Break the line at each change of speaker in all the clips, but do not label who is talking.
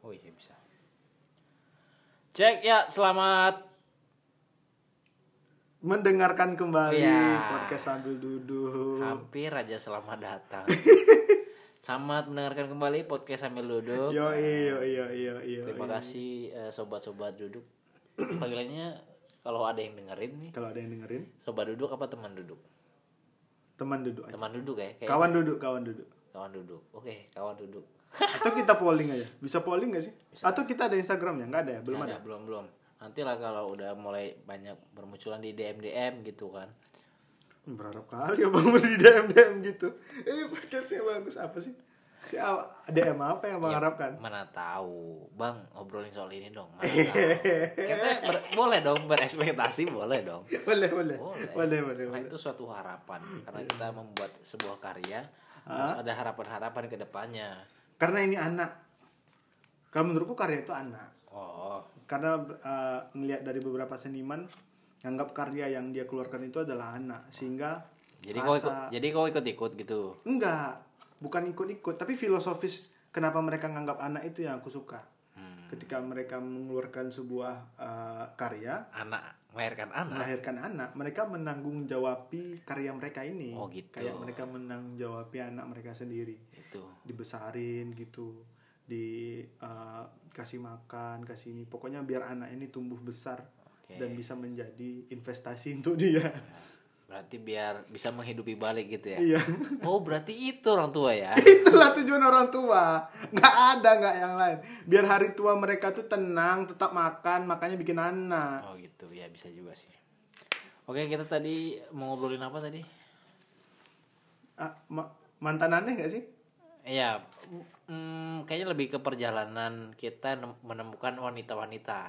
Oh iya, bisa. Cek ya, selamat
Mendengarkan kembali
Iya.
podcast sambil duduk.
hampir aja selamat datang. selamat mendengarkan kembali podcast sambil duduk.
Yo iya. yo yo yo yo.
Terima kasih eh, sobat-sobat duduk. Panggilannya kalau ada yang dengerin nih,
Kalau ada yang dengerin,
sobat duduk apa teman duduk?
teman duduk aja.
Teman duduk ya, kayak
Kawan duduk, kawan duduk.
kawan duduk. Oke, kawan duduk.
Atau kita polling aja. Bisa polling gak sih? Atau kita ada Instagramnya? Nggak ada ya? Belum ada.
Nggak ada, belum belum. Nanti lah kalau udah mulai banyak bermunculan di DM DM gitu kan.
Hmm, Berharap kali abang di DM DM gitu. Ini podcastnya bagus apa sih? Si aw- DM apa yang
Iya.
abang harapkan?
Mana tahu, Bang, ngobrolin soal ini dong. Mana tahu. Kita ber- boleh dong berekspektasi, boleh dong.
Boleh boleh
Boleh.
boleh boleh.
Karena
boleh.
itu suatu harapan karena kita membuat sebuah karya harus ada harapan-harapan ke depannya.
Karena ini anak. Kalau menurutku karya itu anak.
Oh,
karena uh, ngelihat dari beberapa seniman nganggap karya yang dia keluarkan itu adalah anak sehingga
jadi kau ikut,
rasa
jadi kau ikut-ikut gitu.
enggak bukan ikut-ikut tapi filosofis kenapa mereka nganggap anak itu yang aku suka
Hmm,
ketika mereka mengeluarkan sebuah uh, karya
anak melahirkan anak.
melahirkan anak mereka menanggung jawabi karya mereka ini
Oh, gitu.
kayak mereka menanggung jawabi anak mereka sendiri
Itu.
dibesarin gitu di uh, kasih makan kasih ini pokoknya biar anak ini tumbuh besar
Oke.
dan bisa menjadi investasi untuk dia
Berarti biar bisa menghidupi balik gitu ya.
iya
Oh, berarti itu orang tua ya.
itulah tujuan orang tua nggak ada nggak yang lain biar hari tua mereka tuh tenang tetap makan makanya bikin anak
Oh, gitu. Ya bisa juga sih. Oke, kita tadi mau ngobrolin apa tadi?
Ah, ma- mantan aneh nggak sih
Iya, mm, kayaknya lebih ke perjalanan kita nem- menemukan wanita-wanita.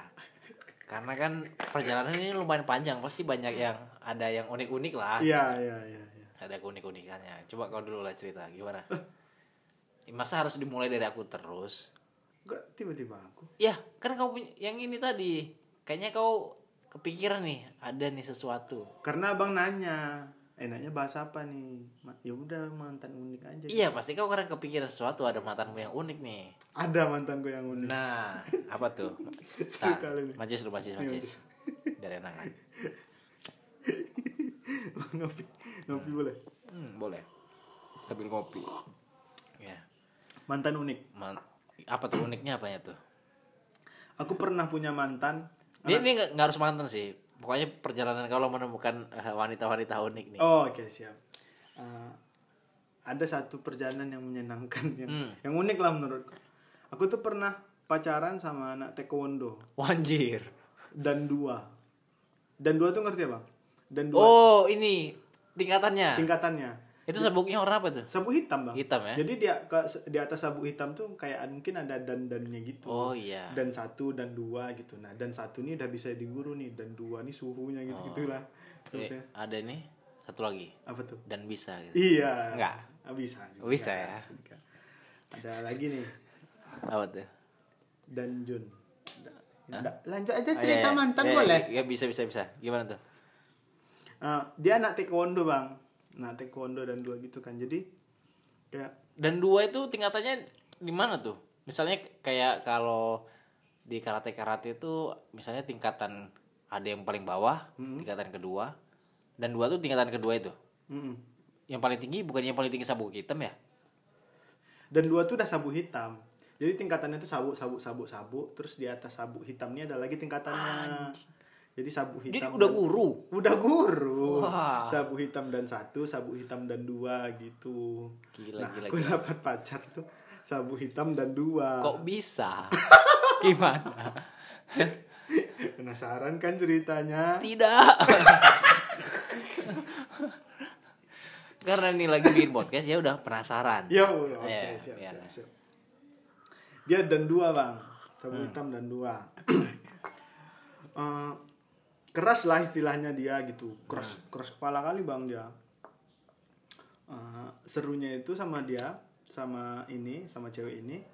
Karena kan perjalanan ini lumayan panjang, pasti banyak yang ada yang unik-unik lah.
iya iya iya iya.
Ada unik-unikannya. Coba kau dulu lah cerita, gimana? Masa harus dimulai dari aku terus?
Nggak, tiba-tiba aku
Ya, kan kau punya yang ini tadi. Kayaknya kau kepikiran nih, ada nih sesuatu.
karena abang nanya enaknya bahas apa nih Ma- ya udah mantan unik aja
Iya, pasti kau karena kepikiran sesuatu, ada matanmu yang unik nih.
ada mantan gue yang unik
Nah, apa tuh?
Seru kali ini.
Macis lu,
Iya,
macis, macis. Dari enak kan?
ngopi ngopi boleh
Hmm, boleh. Sambil kopi. Ya.
mantan unik
Man apa tuh uniknya apanya tuh?
aku pernah punya mantan
Ini ini nggak nggak harus mantan sih. Pokoknya perjalanan kalau menemukan eh, wanita-wanita unik nih.
oh oke siap Eh, ada satu perjalanan yang menyenangkan yang
Hmm.
yang unik lah menurutku aku tuh pernah pacaran sama anak taekwondo
Wanjir.
dan dua dan dua tuh ngerti ya bang dan dua
Oh, ini tingkatannya.
tingkatannya
Itu sabuknya warna apa tuh?
sabu hitam bang
Hitam ya.
jadi dia ke, di atas sabu hitam tuh kayak mungkin ada dandannya gitu
Oh iya.
dan satu dan dua gitu nah dan satu nih udah bisa diguru nih dan dua nih suhunya gitu gitulah
Eh,
terus ya
ada nih satu lagi
apa tuh
dan bisa gitu.
Iya.
Enggak.
Bisa. juga.
Bisa ya.
Juga. Ada lagi nih
Apa tuh?
Dan Jun. Da- Lanjut aja
Oh, iya,
cerita
iya.
mantan
Iya, iya,
boleh.
Iya, bisa bisa bisa. Gimana tuh?
Eh, dia anak taekwondo bang. Nah taekwondo dan dua gitu kan. Jadi kayak
Dan dua itu tingkatannya di mana tuh? Misalnya kayak kalau di karate karate itu misalnya tingkatan ada yang paling bawah,
Hmm.
tingkatan kedua, dan dua tuh tingkatan kedua itu.
mm-mm.
Yang paling tinggi bukan yang paling tinggi sabuk hitam ya?
dan dua tuh udah sabu hitam. Jadi tingkatannya tuh sabuk sabuk sabuk sabuk. Terus di atas sabuk hitam ini ada lagi tingkatannya. Jadi sabu hitam.
Jadi udah
dan-
guru.
udah guru
Wah.
sabu hitam dan satu sabu hitam dan dua gitu
Gila,
nah
gila,
aku dapat pacar tuh sabu hitam dan dua
Kok bisa? Gimana?
penasaran kan ceritanya
Tidak. Karena ini lagi bikin podcast ya udah penasaran.
ya oke
Iya,
siap,
iya.
siap, siap. dia dan dua bang sabu
Hmm.
hitam dan dua Eh, keras lah istilahnya dia gitu keras
Hmm.
keras kepala kali bang dia Eh, serunya itu sama dia sama ini sama cewek ini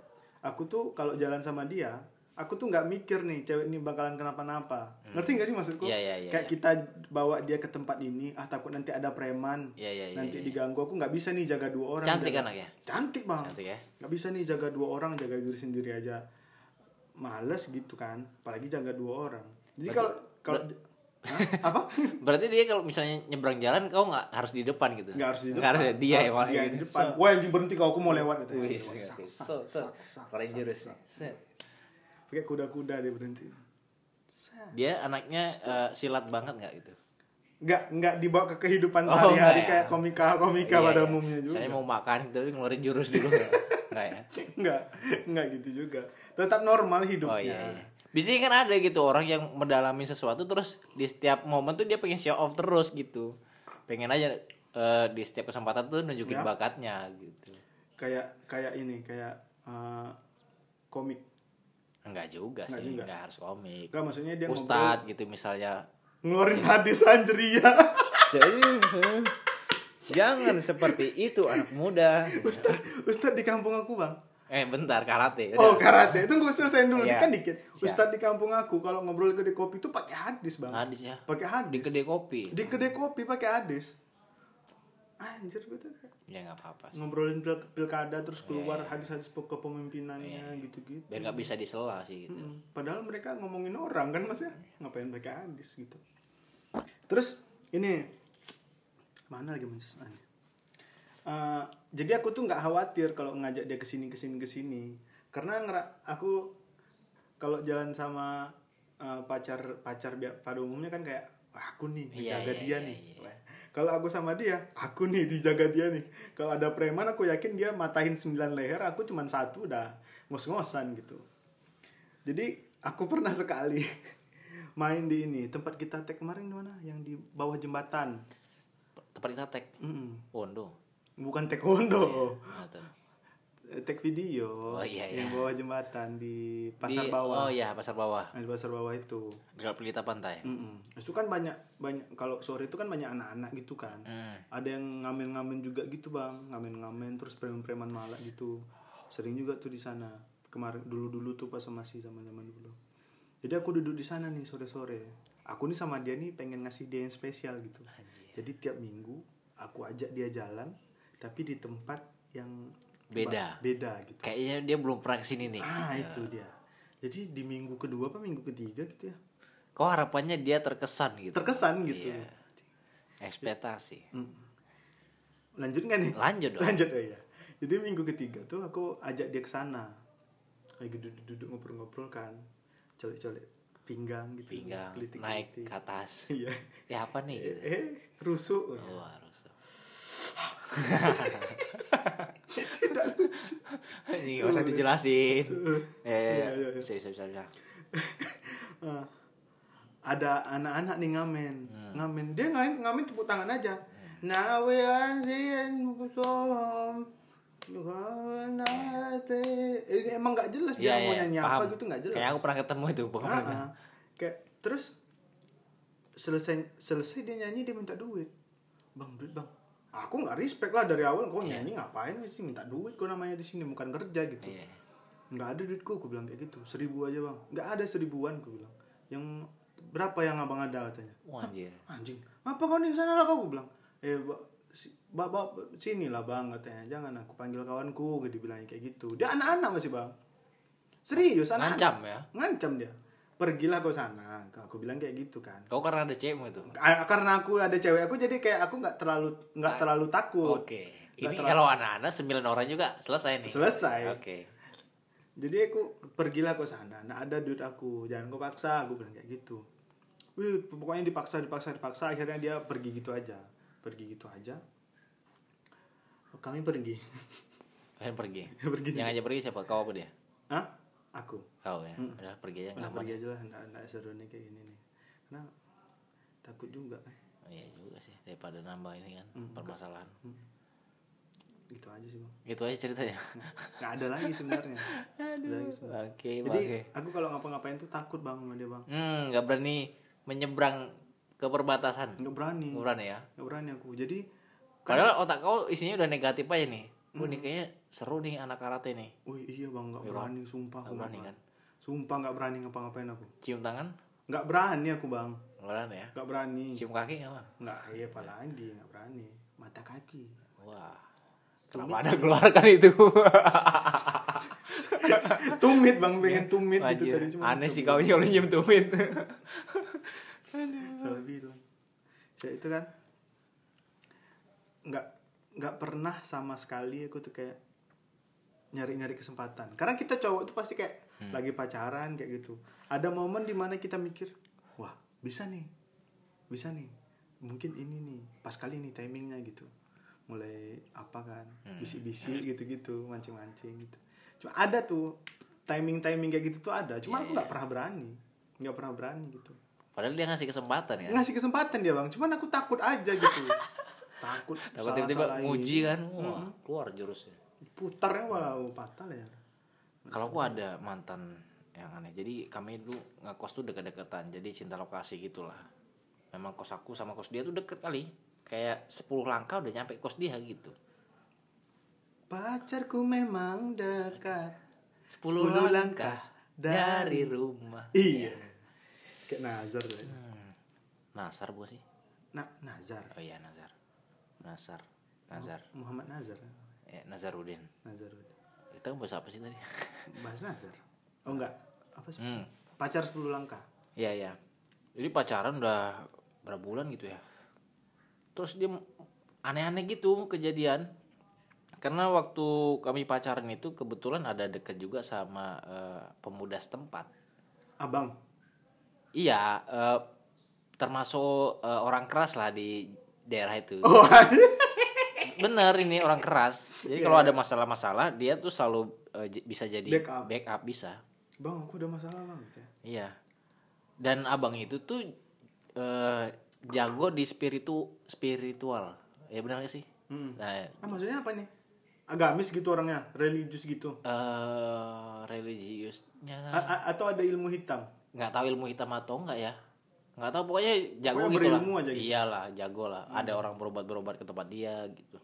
aku tuh kalau jalan sama dia aku tuh nggak mikir nih cewek ini bakalan kenapa-napa ngerti nggak sih maksudku
Iya, iya, iya,
kayak kita bawa dia ke tempat ini ah takut nanti ada preman
Iya, iya, iya,
nanti
iya.
diganggu aku nggak bisa nih jaga dua orang
Cantik kan
jaga-
anaknya.
cantik bang
Cantik ya.
nggak bisa nih jaga dua orang jaga diri sendiri aja males gitu kan apalagi jaga dua orang jadi kalau kalau Hah? apa
Berarti dia kalau misalnya nyebrang jalan kau nggak harus di depan gitu.
nggak harus di depan
Nggak harus dia ya,
Ah,
emang.
dia yang di depan wah anjing berhenti kau aku mau lewat katanya.
Wih,
Wah, sak, sak,
so so
sak, sak.
Rangers. Set.
pakai kuda-kuda dia berhenti
Dia anaknya eh, silat banget nggak gitu?
nggak nggak dibawa ke kehidupan
Oh,
sehari-hari
nggak ya.
kayak komika komika
Iya,
pada
iya.
umumnya juga
Saya mau makan tapi ngeluarin jurus dulu nggak? Nggak ya?
nggak nggak gitu juga tetap normal hidupnya
Oh iya. iya. Biasanya kan ada gitu orang yang mendalami sesuatu terus di setiap momen tuh dia pengen show off terus gitu. Pengen aja eh, di setiap kesempatan tuh
Iya.
nunjukin bakatnya gitu.
kayak kayak ini kayak eh, komik
Enggak juga
Nggak
sih,
juga.
enggak harus komik.
nggak maksudnya dia ngobrol
Ustadz gitu misalnya.
ngeluarin hadis iya. anjria
Jadi, eh, Jangan seperti itu anak muda.
Ustad Ustad di kampung aku bang
Eh bentar karate. Udah.
Oh karate itu gue selesain dulu
Iya.
kan dikit
Siap.
Ustad di kampung aku kalau ngobrol gede kopi itu pakai hadis bang
Hadis ya.
pakai
Di
hadis
kedai kopi.
di kedai kopi pakai hadis anjir gue tuh kayak
Ya nggak apa-apa. sih.
ngobrolin pil- pilkada terus keluar hadis-hadis pe- kepemimpinannya gitu-gitu
Biar nggak bisa disela sih gitu.
Mm, padahal mereka ngomongin orang kan mas ya ngapain pakai hadis gitu terus ini mana lagi mencesannya Eh jadi aku tuh nggak khawatir kalau ngajak dia kesini kesini kesini karena ngera- aku kalau jalan sama eh, pacar pacar bi- pada umumnya kan kayak "Wah, aku nih
Iya,
dijaga
iya,
dia
iya,
nih Wah, kalau aku sama dia aku nih dijaga dia nih kalau ada preman aku yakin dia matahin 9 leher aku cuman satu udah ngos-ngosan gitu jadi aku pernah sekali main di ini tempat kita tag kemarin di mana yang di bawah jembatan
Tempat kita tek.
Mm-mm.
Wondo.
bukan taekwondo
Nah, tuh.
Eh, tag
Iya.
video
Oh, iya, iya.
yang bawah jembatan di
Di-
pasar
Oh
bawah
iya pasar bawah.
Nah, di pasar bawah itu
Gelap pelita pantai.
Mm-mm. itu kan banyak banyak kalau sore itu kan banyak anak-anak gitu kan
Hmm.
ada yang ngamen-ngamen juga gitu bang ngamen-ngamen terus preman-preman malak gitu sering juga tuh di sana kemarin dulu-dulu tuh pas masih zaman-zaman dulu jadi aku duduk di sana nih sore-sore aku nih sama dia nih pengen ngasih dia yang spesial gitu jadi tiap minggu aku ajak dia jalan tapi di tempat yang
Beda. Iya.
beda gitu
Kayaknya dia belum pernah kesini nih.
ah itu dia jadi di minggu kedua apa minggu ketiga gitu ya
Kok harapannya dia terkesan gitu?
terkesan gitu
Iya. Ekspektasi.
lanjut nggak nih
Lanjut dong.
lanjut ya, ya. jadi minggu ketiga tuh aku ajak dia ke sana lagi duduk-duduk ngobrol-ngobrol kan colek-colek pinggang gitu
Pinggang
kelitik-kelitik.
naik kan. ke atas.
iya
Ya apa nih? Gitu.
eh rusuk
Oh, harus.
tidak lucu
Ini nggak usah dijelasin. Ya, ya,
Iya, iya,
ya.
iya.
Bisa, bisa, bisa, bisa.
Nah, ada anak-anak nih ngamen
Hmm.
ngamen dia ngamen ngamen tepuk tangan aja nah we are seeing some- Eh, emang nggak jelas
Iya,
dia mau
iya,
nyanyi
paham.
apa gitu nggak jelas
Kayak aku pernah ketemu itu pokoknya.
Ah, ah. kayak terus selesai selesai dia nyanyi dia minta duit bang duit bang aku nggak respect lah dari awal kau nyanyi ngapain sih minta duit kau namanya di sini bukan kerja gitu
Iya.
nggak ada duitku aku bilang kayak gitu seribu aja bang nggak ada seribuan aku bilang yang berapa yang abang ada katanya
Wah, anjir.
anjing apa kau di sana lah kau Aku bilang eh ba, si, ba, ba, sini lah bang katanya jangan aku panggil kawanku dia bilang kayak gitu dia anak-anak masih bang serius anak
Ngancam ya.
ngancam dia pergilah kau sana aku bilang kayak gitu kan
Kau karena ada cewekmu itu.
A- karena aku ada cewek aku jadi kayak aku nggak terlalu nggak terlalu takut
Oke. Ini kalau anak-anak sembilan orang juga selesai nih.
Selesai.
Oke.
jadi aku pergilah kau sana nah ada duit aku jangan kau paksa aku bilang kayak gitu Wih, pokoknya dipaksa dipaksa dipaksa akhirnya dia pergi gitu aja pergi gitu aja kami pergi
Kalian pergi.
pergi
Yang aja pergi siapa? Kau apa dia?
Hah? aku
Kau ya. Udah pergi aja
nah,
nggak apa.
pergi aja lah nggak nggak seru nih kayak gini nih karena takut juga kan
Iya juga sih daripada nambah ini kan
Hmm.
permasalahan.
gitu aja sih bang
Itu aja ceritanya.
nggak ada lagi sebenarnya Nggak ada lagi sebenarnya.
Oke,
Hmm. Jadi
oke.
aku kalau ngapa-ngapain tuh takut bang sama dia bang.
Hmm, nggak berani menyeberang ke perbatasan.
Nggak berani,
Nggak berani ya.
nggak berani aku. Jadi
Padahal otak kau isinya udah negatif aja nih.
Hmm.
Wah, nih kayaknya seru nih anak karate nih.
wih iya bang nggak berani, sumpah aku
Nggak berani
Bang.
kan?
Sumpah nggak berani ngapa-ngapain aku.
Cium tangan?
Nggak berani aku bang,
Nggak berani ya.
nggak berani.
Cium kaki nggak Bang?
Nggak, iya apa lagi nggak berani. Mata kaki.
Wah. Kenapa ada keluarkan itu?
tumit bang pengen tumit gitu
Iya. Anjir,
tadi cuma
aneh sih kau kalau nyium tumit
salah bilang ya itu kan nggak nggak pernah sama sekali aku tuh kayak nyari-nyari kesempatan karena kita cowok tuh pasti kayak lagi pacaran kayak gitu ada momen dimana kita mikir wah bisa nih bisa nih mungkin ini nih pas kali nih timingnya gitu mulai apa kan bisi-bisi gitu-gitu mancing-mancing gitu cuma ada tuh timing-timing kayak gitu tuh ada cuma aku nggak pernah berani nggak pernah berani gitu
padahal dia ngasih kesempatan ya
ngasih kesempatan dia bang cuman aku takut aja gitu takut
Dapat
salah- Hmm.
tiba-tiba
salahin.
nguji kan wah keluar jurusnya
putarnya walau patah ya
Kalau aku ada mantan yang aneh. Jadi kami dulu ngekos tuh dekat-dekatan. Jadi cinta lokasi gitulah. Memang kos aku sama kos dia tuh deket kali. Kayak 10 langkah udah nyampe kos dia gitu.
pacarku memang dekat
10, langkah,
10 langkah
dari rumah.
iya kayak Nazar tuh.
Hmm. Nasar bu sih.
nah Nazar
Oh iya Nazar. Nasar. Nazar.
Muhammad Nazar
Eh, Nazarudin.
Nazar
Kita bahas apa sih tadi?
bahas Nazar oh enggak apa sih
hmm.
pacar 10 langkah
Iya iya. Jadi pacaran udah berapa bulan gitu ya. Terus dia aneh-aneh gitu kejadian. Karena waktu kami pacaran itu kebetulan ada deket juga sama eh, pemuda setempat.
abang
Iya, eh, termasuk eh, orang keras lah di daerah itu.
oh
Bener ini orang keras. Jadi kalau ada masalah-masalah dia tuh selalu eh, j- bisa jadi
Iya. Backup.
backup bisa.
bang aku ada masalah bang gitu ya.
Iya. Dan abang itu tuh eh, jago di spiritu spiritual. Ya benar gak sih?
Mm.
Nah, eh
ah maksudnya apa nih agamis gitu orangnya religius gitu
eh, religiusnya
A- a- atau ada ilmu hitam
nggak tahu ilmu hitam atau enggak ya. Nggak tahu pokoknya jago
Pokoknya
gitu lah.
berilmu aja gitu. Hmm.
Iyalah, jago lah. Ada orang berobat-berobat ke tempat dia gitu.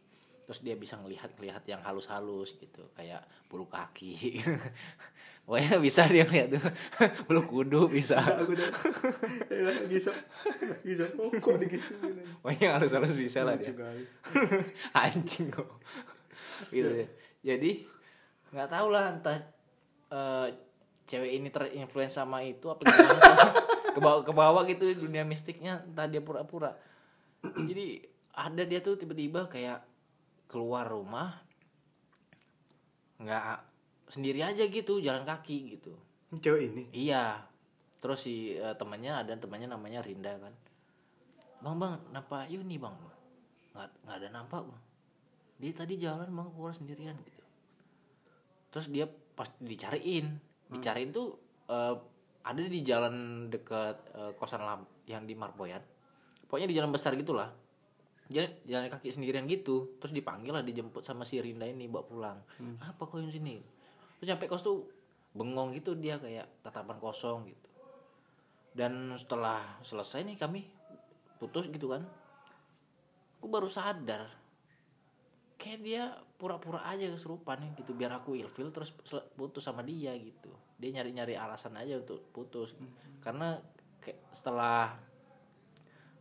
Terus dia bisa ngelihat-ngelihat yang halus-halus gitu, kayak bulu kaki. Pokoknya bisa dia ngeliat tuh bulu kudu bisa.
aku tuh gisap gisap oh kok digituin aja.
Pokoknya halus-halus bisa lah
Lucu
dia.
kali.
anjing kok gitu ya. jadi nggak tahu lah entah eh, cewek ini terinfluence sama itu apa gimana ke bawah ke bawah gitu dunia mistiknya entah dia pura-pura jadi ada dia tuh tiba-tiba kayak keluar rumah nggak sendiri aja gitu jalan kaki gitu
cewek ini
Iya. Terus si eh, temannya ada temannya namanya Rinda kan. Bang bang, kenapa Yuni bang? Nggak nggak ada nampak bang. Dia tadi jalan bang keluar sendirian gitu. Terus dia pas dicariin, dicariin tuh eh, ada di jalan dekat eh, kosan lam yang di Marboyan. Pokoknya di jalan besar gitulah. Jalan, jalan kaki sendirian gitu. Terus dipanggil lah dijemput sama si Rinda ini bawa pulang. Apa kau yang sini? Terus nyampe kos tuh bengong gitu dia kayak tatapan kosong gitu. Dan setelah selesai nih kami putus gitu kan. Aku baru sadar kayak dia pura-pura aja kesurupan gitu biar aku ilfil terus sel- putus sama dia gitu. Dia nyari-nyari alasan aja untuk putus. Karena kayak setelah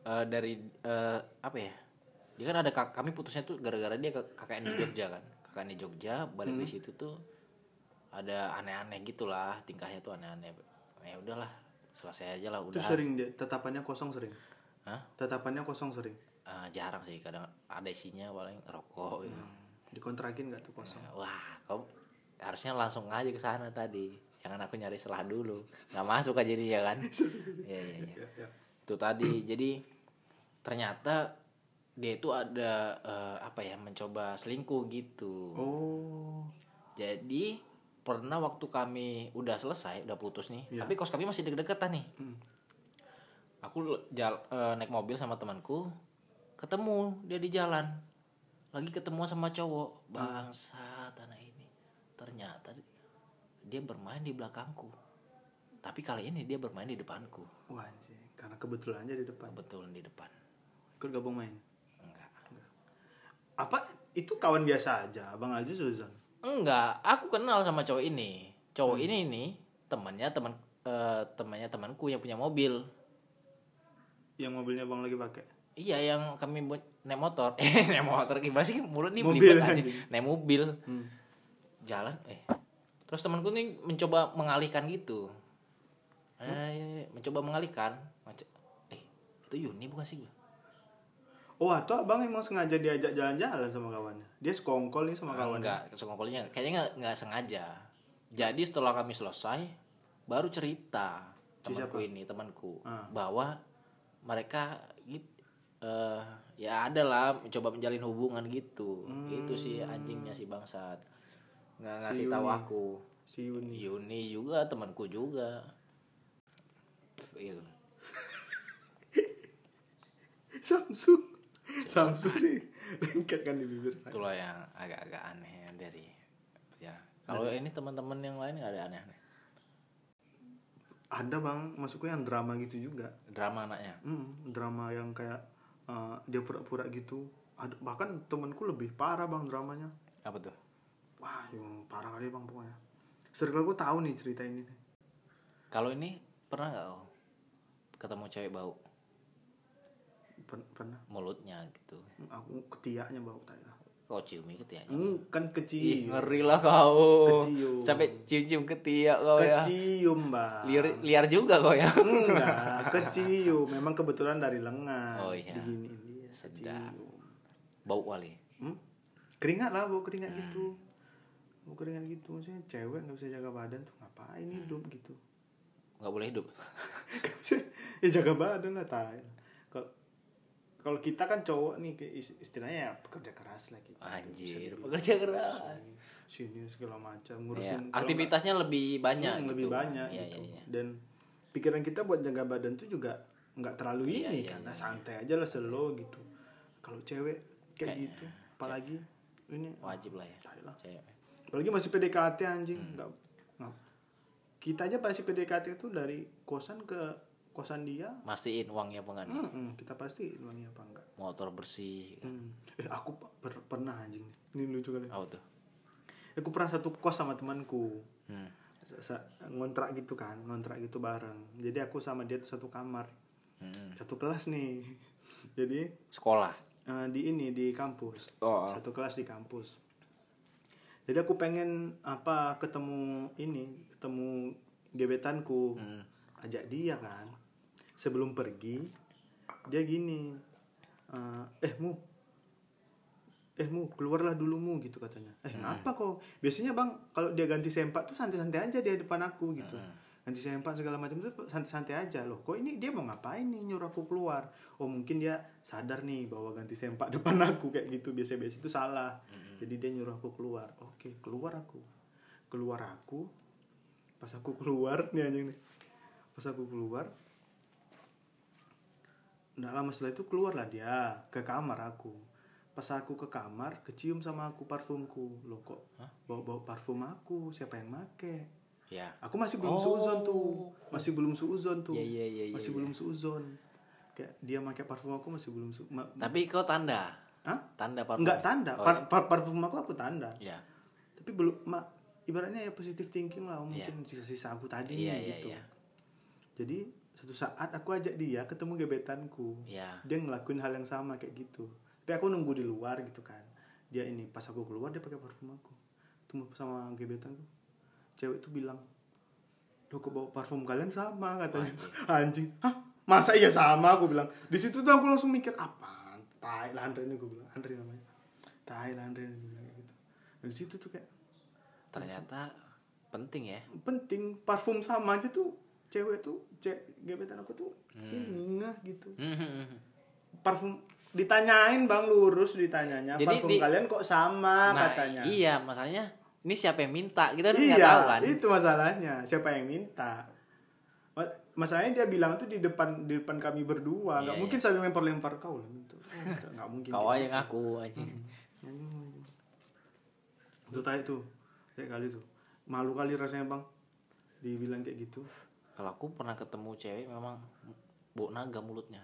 eh, dari eh, apa ya? Dia kan ada kak- kami putusnya tuh gara-gara dia ke KKN di Jogja kan. KKN di Jogja, balik di situ tuh ada aneh-aneh gitulah, tingkahnya tuh aneh-aneh. Ya udahlah, selesai aja lah
itu
udah.
sering dia tatapannya kosong sering
Hah?
tatapannya kosong sering
Eh, jarang sih kadang ada isinya paling rokok gitu.
dikontrakin nggak tuh kosong
wah kau harusnya langsung aja ke sana tadi jangan aku nyari selah dulu nggak masuk aja dia kan iya iya iya
ya, ya.
itu tadi jadi ternyata dia itu ada eh, apa ya mencoba selingkuh gitu
oh
jadi pernah waktu kami udah selesai udah putus nih tapi kos kami masih deket-deketan nih aku l- jal- eh, naik mobil sama temanku ketemu dia di jalan lagi ketemu sama cowok bangsa tanah ini ternyata di- dia bermain di belakangku tapi kali ini dia bermain di depanku
wah anjing. karena kebetulan aja di depan
kebetulan di depan
ikut gabung main
enggak
apa itu kawan biasa aja abang aja Susan
enggak aku kenal sama cowok ini cowok ini nih temannya teman eh, temannya temanku yang punya mobil
yang mobilnya abang lagi pakai
Iya yang kami buat naik motor, eh naik motor gimana sih mulut nih
Mobil,
belibet aja.
anjing.
naik mobil,
Hmm.
jalan, eh terus temanku nih mencoba mengalihkan gitu eh mencoba mengalihkan Maco- eh itu Yuni bukan sih
Oh atau abang emang sengaja diajak jalan-jalan sama kawannya? Dia sekongkol nih sama kawannya.
enggak sekongkolnya kayaknya nggak nggak sengaja jadi setelah kami selesai baru cerita temanku ini temanku bahwa mereka git- eh, ya ada lah mencoba menjalin hubungan gitu itu sih anjingnya si bangsat nggak ngasih tahu aku
Si Yuni.
Yuni juga temanku juga itu
Samsung. Samsung sih. Lengket kan di bibir.
itulah yang agak-agak aneh dari ya kalau ini teman-teman yang lain nggak ada aneh-aneh
Ada bang, masukku yang drama gitu juga.
drama anaknya
Mm, drama yang kayak eh, dia pura-pura gitu. Ada, bahkan temanku lebih parah bang dramanya.
apa tuh
Wah, yang parah kali bang pokoknya. Circle gue tahu nih cerita ini. nih.
Kalau ini pernah nggak oh, ketemu cewek bau
Pen- Pernah.
mulutnya gitu?
Aku ketiaknya bau tanya.
Kau ciumi ketiaknya?
Hmm,
Ih,
kan kecil.
ngeri lah kau.
Kecium.
Sampai cium-cium ketiak kau ya.
Kecium bang.
Liar, liar juga kau ya.
Enggak, kecium. Memang kebetulan dari lengan.
Oh, iya.
Diginiin dia, kecium.
Bau kali.
Hmm? Keringat lah, bau keringat
Hmm.
gitu. Bau keringat gitu, maksudnya cewek nggak bisa jaga badan tuh ngapain
Hmm.
hidup gitu.
Nggak boleh hidup.
Nggak bisa, ya jaga badan lah, tay. Kalau kalau kita kan cowok nih, kayak is- istilahnya ya pekerja keras lah gitu.
Anjir, pekerja keras.
Sini segala
Ya,
macam ngurusin. kalau nggak-
aktivitasnya lebih banyak.
Hmm,
gitu.
lebih banyak
Iya,
gitu.
iya, iya.
Dan pikiran kita buat jaga badan tuh juga nggak terlalu
Iya,
ini karena santai aja lah slow gitu. Kalau cewek kayak gitu, apalagi ini
Wajib lah ya.
Tai lah.
Cewek.
apalagi masih PDKT anjing, nggak nggak- kita aja pasti PDKT itu dari kosan ke kosan dia,
Mastiin uangnya apa nggak nih?
mm-mm, kita pasti wangi apa enggak.
Motor bersih.
Hmm. Eh aku per- pernah anjing, ini lucu kali.
Apa tuh?
Aku pernah satu kos sama temanku.
Hmm.
Sa- sa- ngontrak gitu kan ngontrak gitu bareng jadi aku sama dia tuh satu kamar
Hmm.
satu kelas nih jadi
Sekolah.
eh, di ini di kampus
Oh.
satu kelas di kampus jadi aku pengen apa ketemu ini ketemu gebetanku ajak dia kan sebelum pergi dia gini eh, eh mu eh mu keluarlah dulu mu gitu katanya eh apa kok biasanya bang kalau dia ganti sempak tuh santai-santai aja dia depan aku gitu ganti sempak segala macam tuh santai-santai aja loh kok ini dia mau ngapain nih nyuruh aku keluar oh mungkin dia sadar nih bahwa ganti sempak depan aku kayak gitu biasa-biasa itu salah jadi dia nyuruh aku keluar oke keluar aku keluar aku pas aku keluar nih anjing nih pas aku keluar Nggak lama setelah itu keluarlah dia ke kamar aku. Pas aku ke kamar, kecium sama aku parfumku. Loh kok bau-bau parfum aku, siapa yang make?
Ya.
Aku masih
Oh.
belum suuzon tuh. Masih belum suuzon tuh.
Iya, iya, iya, iya,
masih
iya.
belum suuzon. Kayak dia make parfum aku masih belum su ma-
Tapi kau tanda.
Hah?
Tanda parfum.
Enggak tanda.
Oh,
Par- par- parfum aku aku tanda.
ya.
Tapi belum ma- ibaratnya ya positive thinking lah
Iya.
mungkin sisa-sisa aku tadi
Iya, iya,
gitu.
iya.
Jadi suatu saat aku ajak dia ketemu gebetanku
Ya.
dia ngelakuin hal yang sama kayak gitu tapi aku nunggu di luar gitu kan dia ini pas aku keluar dia pakai parfum aku temu sama gebetanku cewek tuh bilang lo kok bawa parfum kalian sama katanya anjing hah masa iya sama aku bilang di situ tuh aku langsung mikir apa tai lah Andre ini gue bilang Andre namanya tai lah Andre ini gue bilang kayak gitu Dan di situ tuh kayak
ternyata penting ya
penting parfum sama aja tuh cewek tuh cewek gebetan aku tuh ini ngeh gitu parfum ditanyain bang lurus ditanyanya
Jadi
parfum
di-
kalian kok sama
nah
katanya
iya masalahnya ini siapa yang minta kita kan nggak
Iya,
tahu kan
itu masalahnya siapa yang minta Ma- masalahnya dia bilang tuh di depan di depan kami berdua nggak
Iya,
mungkin saya lempar-lempar kau lah gitu Oh, nggak- nggak mungkin
kau aja kan? ngaku aja
itu tai tuh kayak kali tuh malu kali rasanya bang dibilang kayak gitu
kalau aku pernah ketemu cewek memang bau naga mulutnya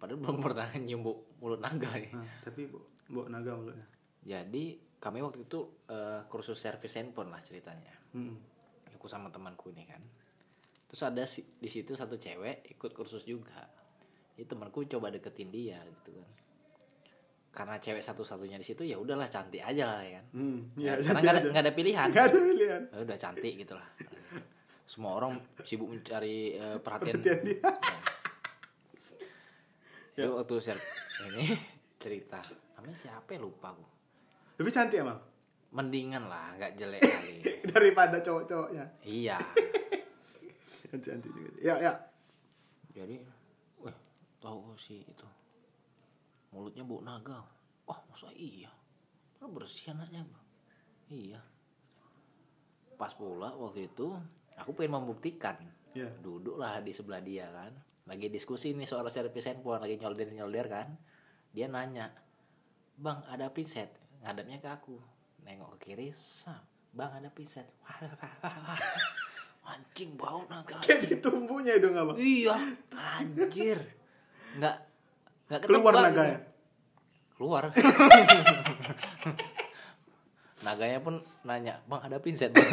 padahal belum pernah nyium bau mulut naga nih
nah, tapi bu, bu naga mulutnya
jadi kami waktu itu eh, kursus servis handphone lah ceritanya
Mm-mm.
aku sama temanku ini kan terus ada si- di situ satu cewek ikut kursus juga jadi temanku coba deketin dia gitu kan karena cewek satu-satunya di situ ya udahlah cantik aja lah ya kan.
Hmm,
Ya, karena
iya,
nggak
jadi
ada,
ada-
nggak ada pilihan.
nggak ada pilihan.
Ya udah cantik gitu lah. Semua orang sibuk mencari eh, perhatian.
Perhatian dia.
Ya. Itu waktu ser- ini cerita. Namanya siapa ya lupa aku.
Lebih cantik emang
Mendingan lah, nggak jelek kali.
daripada cowok-cowoknya.
iya.
Cantik-cantik juga. Ya, ya.
Jadi, weh, tahu gak sih itu. Mulutnya bau naga. Wah, masa iya? Padahal bersih anaknya. Bro. Iya. Pas pula waktu itu, aku pengen membuktikan.
Iya.
Duduklah di sebelah dia kan. Lagi diskusi nih soal servis handphone, lagi nyolder-nyolder kan. Dia nanya, Bang, ada pinset? Ngadapnya ke aku. Nengok ke kiri, sam. Bang, ada pinset. Wah, wah, wah, wah. Anjing bau naga.
Kayak ditumbuhnya dong abang.
Iya, anjir. Nggak nggak ketebak
Keluar ya?
gitu.
naganya.
Keluar. naganya pun nanya, "Bang, ada pinset?" Bang?"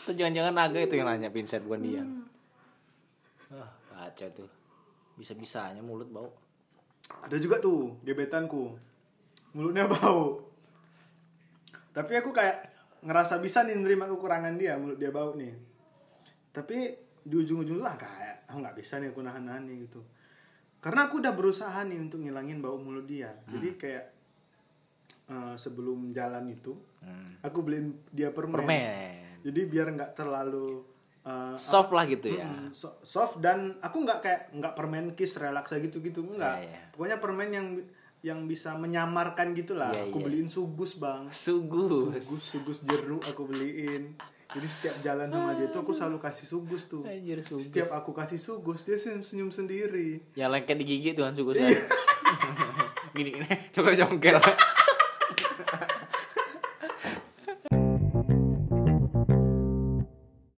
Itu jangan-jangan naga itu yang nanya pinset bukan dia. Ah, kacau tuh. Bisa-bisanya mulut bau.
Ada juga tuh gebetanku. Mulutnya bau. Tapi aku kayak ngerasa bisa nih nerima kekurangan dia, mulut dia bau nih. Tapi di ujung-ujung tuh ah, kayak aku nggak bisa nih aku nahan-nahan nih gitu. Karena aku udah berusaha nih untuk ngilangin bau mulut dia. Jadi
Hmm.
kayak eh, sebelum jalan itu,
Hmm.
aku beliin dia permen.
Permen.
Jadi biar nggak terlalu eh,
Soft lah gitu ya.
Mm, so- soft dan aku nggak kayak nggak permen kiss relax gitu gitu nggak
Iya, iya.
pokoknya permen yang yang bisa menyamarkan gitulah
Iya,
aku
iya.
beliin sugus bang
Sugus.
sugus sugus jeruk aku beliin jadi setiap jalan sama dia tuh aku selalu kasih sugus tuh
Anjir sugus. Ya,
setiap aku kasih sugus dia senyum senyum sendiri
Yang lengket di gigi tuh kan sugus. gini gini, kan. coba jongkel.